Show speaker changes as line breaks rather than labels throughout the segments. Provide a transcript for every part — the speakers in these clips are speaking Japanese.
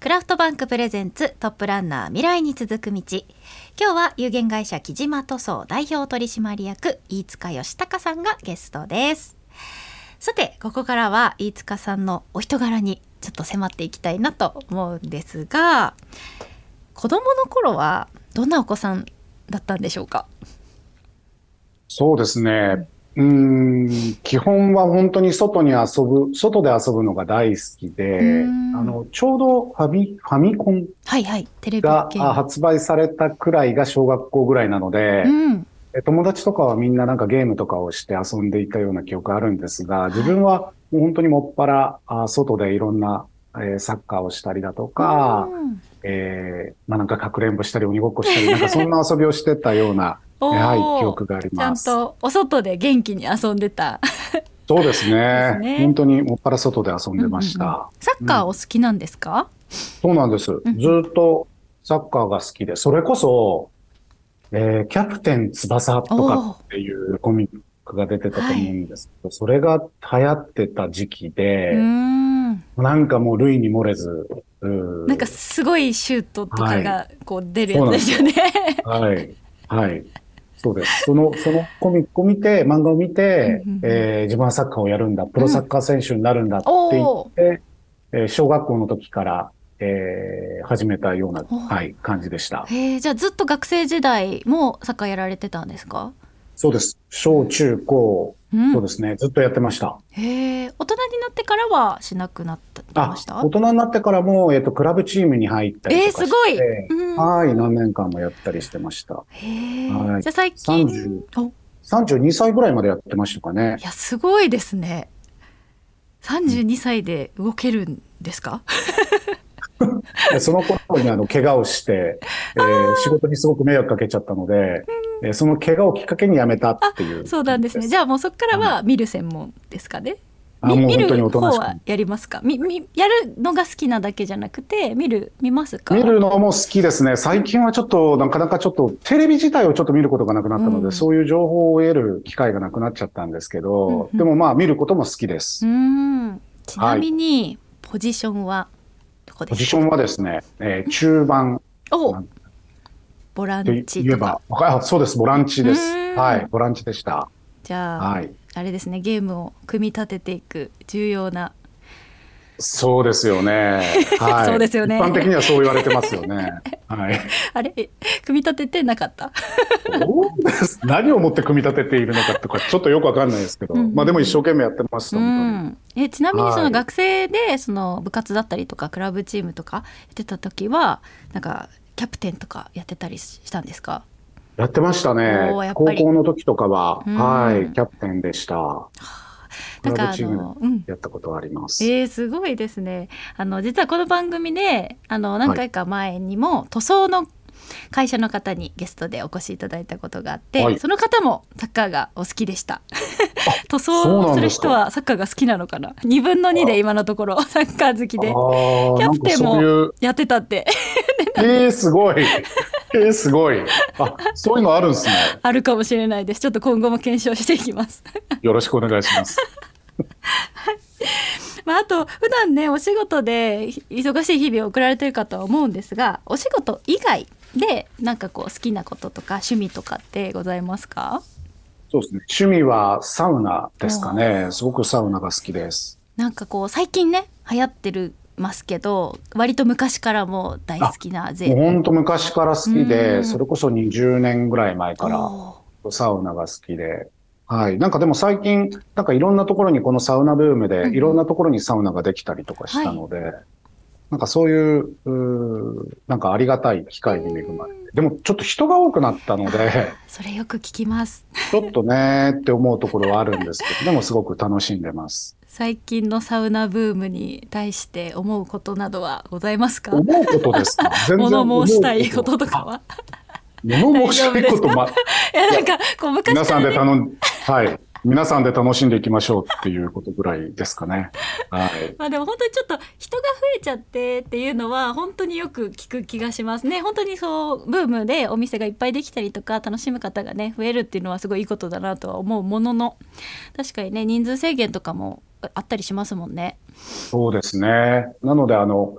クラフトバンクプレゼンツトップランナー未来に続く道今日は有限会社木島塗装代表取締役飯塚義孝さんがゲストですさてここからは飯塚さんのお人柄にちょっと迫っていきたいなと思うんですが子供の頃はどんなお子さんだったんでしょうか
そうですね。うーん、基本は本当に外に遊ぶ、外で遊ぶのが大好きで、
うん
あの、ちょうどファミ、ファミコン
はいはいテレビ
が
系
あ発売されたくらいが小学校ぐらいなので、
うん
え友達とかはみんななんかゲームとかをして遊んでいたような記憶あるんですが、自分はもう本当にもっぱら、あ外でいろんな、えーサッカーをしたりだとか、
うん
えーまあなんかかくれんぼしたり鬼ごっこしたり、なんかそんな遊びをしてたような、
おー
はい、記憶があり
ちゃ
ま
ん
す。
とお外で元気に遊んでた。
そうですね。
ですね
本当にもっぱら外で遊んでました。
サッカーお好きなんですか？
そうなんです。
ん
ずっとサッカーが好きで、それこそ、えーキャプテン翼とかっていうコミックが出てたと思うんですけど、それが流行ってた時期
う
で
ー、ん。
なんかもう類に漏れず、うん
なんかすごいシュートとか
は
がこう出るやつですよね。
はい。はい。そうです。その、そのコミックを見て、漫画を見て
うんうんうん、
えー自分はサッカーをやるんだ、プロサッカー選手になるんだって言
お
っ
おー。
て、えー小学校の時から、えー始めたような、
お
はい、感じでした。
へえじゃあずっと学生時代もサッカーやられてたんですか？
そうです。小中高、
うん。
そうですね。ずっとやってました。
へえ大人になってからはしなくなったま
あ
した、？
大人になってからも、えっ、と、クラブチームに入ったり
えー
とか
す
し
ごい。
て、
うん。
はい、何年間もやったりしてました。
へえ。
はい
じゃあ最近
30。
おい
32歳ぐらいまでやってましたかね。
やすごいですね。三十二歳で動けるんですか？
でその頃にあの、怪我をして、えー仕事にすごく迷惑かけちゃったので、えーその怪我をきっかけに辞めたっていう。
そうなんですね。じゃあもうそこからは見る専門ですかね。
あ
み
もう
見
本当に
る
お
方
となしく
はやりますか。みみやるのが好きなだけじゃなくて見る見ますか。
見るのも好きですね。最近はちょっと、なかなかちょっと、テレビ自体をちょっと見ることがなくなったので、
うん
そういう情報を得る機会がなくなっちゃったんですけ
うん
ど、
うん
でもまあ、見ることも好きで
う
す。
ーん。ちなみにポジションはどこで
ポジ
す
シ
か。
ョンはですね、えー中盤
お
なん
ボラ
と
ンチ
言え
と
ば
か。、
あそうです、ボランチです
うん。
はい、ボランチでした。
じゃあ、
はい。
あれですねゲームを組み立てていく重要な。
そうですよね。はい。
そうですよね
一般的にはそう言われてますよ ね。はい。
あれえ組み立ててなかった。
どうです何をもって組み立てているのかとか、ちょっとよくわかんないですけど、
うん
まあでも一生懸命やってました、
う
本
ん。えちなみにそ
は
の
い
学生でその部活だったりとかクラブチームとかやってた時はなんかキャプテンとかやってたりしたんですか。
当に。やってましたね
おーやっ。ぱ
高
り
校の時とかは、
うん
はい、キャプテンでした。ク
なん
ラ
か
ブ
あ
チーム
のうん。
でやったことはあります。
えー、すごいですね。あの実はこの番組であの何回か前にも、塗装の会社の方にゲストでお越しいただいたことがあって、
はい
その方もサッカーがお好きでした。塗
そう
装
な
す
ん
る
ですか
人はサッカーが好きなのかな。二分の二で今のところサッカー好きで
ああ、
キャ
なん
プ
か
テン
そ
も
ういう、
やってたって
えー、すごい。えー、すごい。あ、そういうのあるんですね。
あるかもしれないです。ちょっと今後も検証していきます。
よろしくお願いします。
まあ、あと普段ねお仕事でひ忙しい日々を送られてるかとは思うんですがお仕事以外でなんかこう好きなこととか趣味とかってございますか
そうですね。趣味はサウナですかね。すごくサウナが好きです。
なんかこう最近ね流行ってるますけど割と昔からもう大好きな
もう
ぜ
ほんと昔から好き
う
で、
ん
それこそ20年ぐらい前から、
お
サウナが好きで。はい。なんかでも最近、なんかいろんなところにこのサウナブーム
うんうん
で、いろんなところにサウナができたりとかしたので、なんかそういう、うーなんかありがたい機会に恵まれて。でもちょっと人が多くなったので
ー、それよく聞きます
ちょっとねーって思うところはあるんですけど、でもすごく楽しんでます。
最近のサウナブームに対して思うことな どはございますか
思うことですか全然思う
物
と
申したいこととかは
物申したいこと、ま、
いや なんかこう昔
皆
か
さ
ら
んで
ね
頼 ん、はい。皆さんで楽しんでいきましょうっていうことぐらいですかね。はい。
まあでも本当にちょっと人が増えちゃってっていうのは本当によく聞く気がしますね本当にそうブームでお店がいっぱいできたりとか楽しむ方がね増えるっていうのはすごいいいことだなとは思うものの確かにね人数制限とかもあったりしますもんね。
そうですね。なので、あの、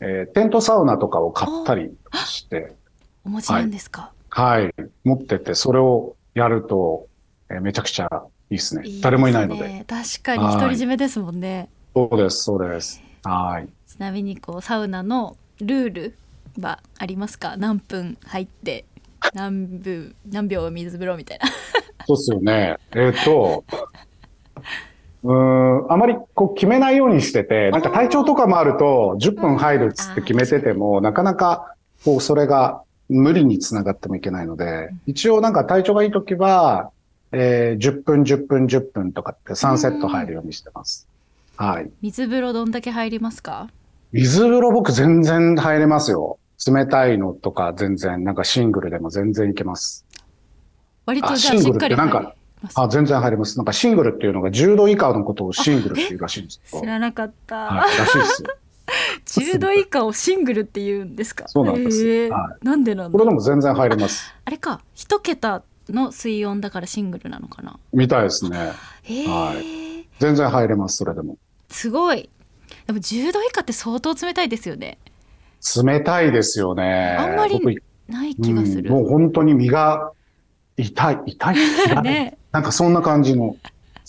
えーテントサウナとかを買ったりして、
お持ちなんですか、
はい、持ってて、それをやると、えーめちゃくちゃいいですね。誰もいないので。
で確かに独り占めですもんね
そうです、そうです。はい。
ちなみにこうサウナのルールはありますか何分入って何分何秒水風呂みたいな
そうっすよね。えっ、と、うーん、あまりこう決めないようにしてて、なんか体調とかもあると、10分入るっつって決めてても、なかなかこうそれが無理につながってもいけないので、一応なんか体調がいいときは、えー10分、10分、10分とかって3セット入るようにしてます。はい。
水風呂どんだけ入りますか
水風呂僕全然入れますよ。冷たいのとか全然、なんかシングルでも全然いけます。
割と
あ
じゃあ
シ
し
ングル
っかり
ってな
入
んか
ります
あ、全然入ります。なんかシングルっていうのが10度以下のことをシングルっていうらしいんですけど。
知らなかった、
はい、らしいですよ。
10度以下をシングルって言うんですか
そうなんです
へえ
は
なんでなん
こ
だ
れでも全然入れます。
あれか一桁の水温だからシングルなのかな
みたいですね。
へえ、
は全然入れます、それでも。
すごいでも10度以下って相当冷たいですよね
冷たいですよね。
あんまり
僕
ない気がす
うん
る、
もう本当に身が痛い、痛い。痛 い
ね
なんかそんな感じの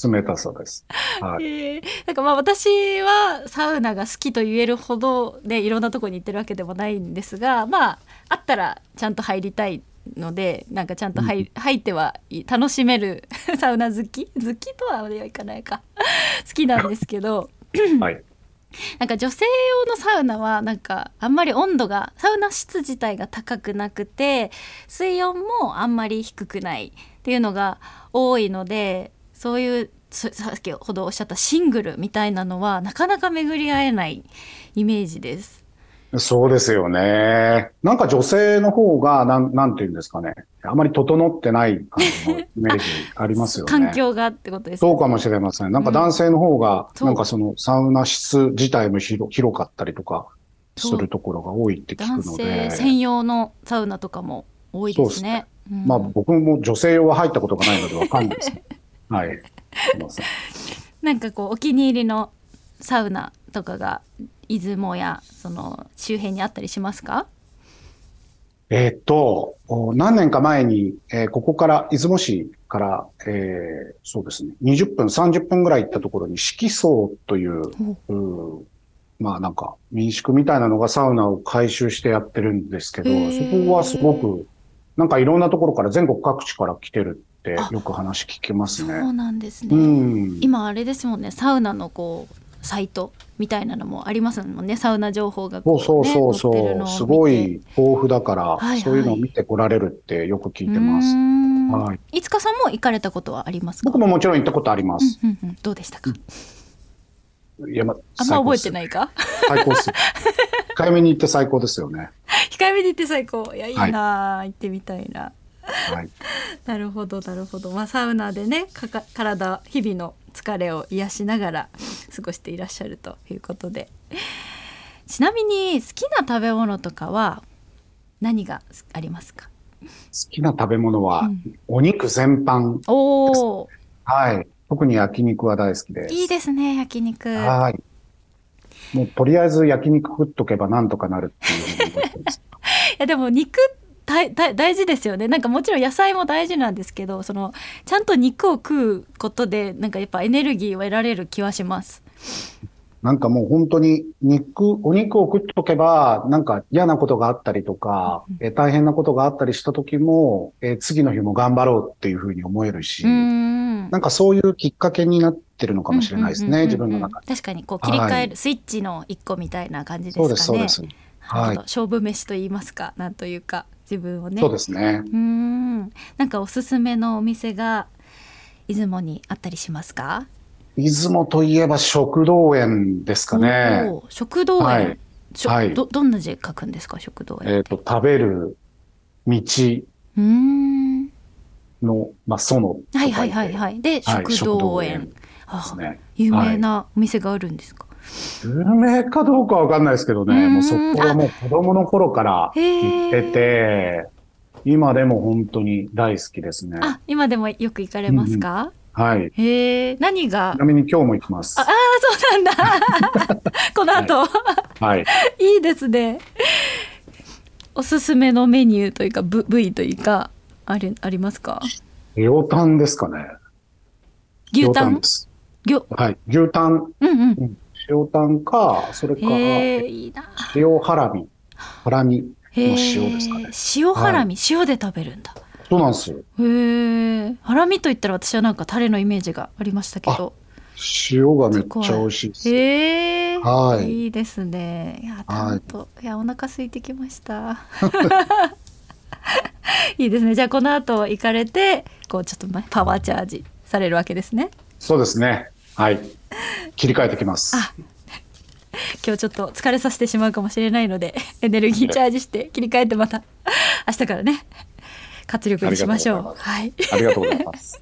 冷たさです。はい。
えーなんかまあ私はサウナが好きと言えるほどでいろんなとこに行ってるわけでもないんですがまああったらちゃんと入りたいのでなんかちゃんと入,、
う
入ってはい楽しめる サウナ好き好きとはではいかない か好きなんですけど
はい。
なんか女性用のサウナはなんかあんまり温度がサウナ室自体が高くなくて水温もあんまり低くないっていうのが多いのでそういうそさっきほどおっしゃったシングルみたいなのはなかなか巡り合えないイメージです。
そうですよね。なんか女性の方が、なん、なんていうんですかね。あまり整ってない感じのイメージありますよね。
環境がってことですね
そうかもしれません。なんか男性の方が、
そう
なんかそのサウナ室自体も広広かったりとかするところが多いって聞
男
くの
性
で、
専用のサウナとかも多いですね。うん
まあ僕も女性用は入ったことがないのでわかんない です。はい。すいません。
なんかこうお気に入りのサウナとかが出雲やその周辺にあったりしますか？
えーっと、お何年か前に、えーここから、出雲市から、えーそうですね、20分、30分ぐらい行ったところに、色層という、うんまあなんか民宿みたいなのがサウナを改修してやってるんですけど
へ、ー
そこはすごく、なんかいろんなところから全国各地から来てるって
あ
よく話聞きます
そ
ね。
うなんですね。
うん。
今あれですもんね、サウナのこうサイトみたいなのもありますもんね、サウナ情報がこ
そう
ね
そうそうそ
載ってるのを
う。
見て
すごい豊富だから、
いはい
そういうのを見てこられるってよく聞いてま
うー
す。
ん
はい。
いつかさんも行かれたことはありますか？
僕ももちろん行ったことあります。
うんうんうんどうでしたか？
いや、ま、
あんま覚えて
い。
ないか？
最高っす。1回目に行って最高ですよね。
控えめに言って最高。いやいいなあ、行ってみたいな。
はい。
なるほどなるほど、まあ、サウナでねかか体日々の疲れを癒しながら 過ごしていらっしゃるということでちなみに好きな食べ物とかは何がありますか、
好きな食べ物
う
は、
ん
お肉全般。
おお
はい。特に焼肉は大好きです。
いいですね焼肉
はい。もうとりあえず焼肉食っとけばなんとかなるっていうふうに思って ます。
いやでも肉大大大事ですよねなんかもちろん野菜も大事なんですけどそのちゃんと肉を食うことでなんかやっぱエネルギーを得られる気はします。
なんかもう本当に肉、お肉を食っとけば、なんか嫌なことがあったりとか
うん、
えー大変なことがあったりした時も、えー次の日も頑張ろうっていうふうに思えるし、
うーん
なんかそういうきっかけになってるのかもしれないです
うんうんうんう
ね、
ん
自分の中で。
確かにこう切り替える、
は
スイッチの一個みたいな感じですか
そ
ね。
うです、そう
な
です。
るほど
は
勝負飯と言いますか、なんというか自分をね。
そうですね。
うーん。なんかおすすめのお店が出雲にあったりしますか？
出雲といえば食道園ですかね。
おー食堂園。
はい
しょ
はい
どどんな字書くんですか食堂園。
えっ、と、食べる道
うーん。
の、まあ、園とか
は
言
い
って。
はいはいはい。で、食堂園。
で
あ
すね。
有名なお店があるんですか。
有名かどうかわかんないですけ
う
どね、
ん
もうそこはもう子供の頃から行ってて、今でも本当に大好きですね。
あ今でもよく行かれますか？
はい。
へえ、何が
ちなみに今日も行きます
ああ。ー、そうなんだ。 この後、
はい。
い、いですね。おすすめのメニューというか、ぶ部位というか、あり、ありますか。
両端ですかね。
牛タン
で。す。
ぎょ、
はい。牛タン、
うんうん。
塩タンか、それか、
へえ、いいな。
塩ハラミ。ハラミ。
へえ、
塩ですかね
塩ハラミ、塩で食べるんだ。
そうなんですよ。
へえ、ハラミと言ったら、私はなんかタレのイメージがありましたけど。
塩がめっちゃ美味しいです。
へえ、
はい
いですね。いや、
はい
本当、い、や、お腹空いてきました。 いいですね。じゃあ、この後行かれて、こう、ちょっとまパワーチャージされるわけですね。
そうですね。はい。切り替えてきます。
あ今日ちょっと疲れさせてしまうかもしれない ので、エネルギーチャージして切り替えてまた明日からね、活力にしましょ
ありが
うはい。
とうごありがとうございます。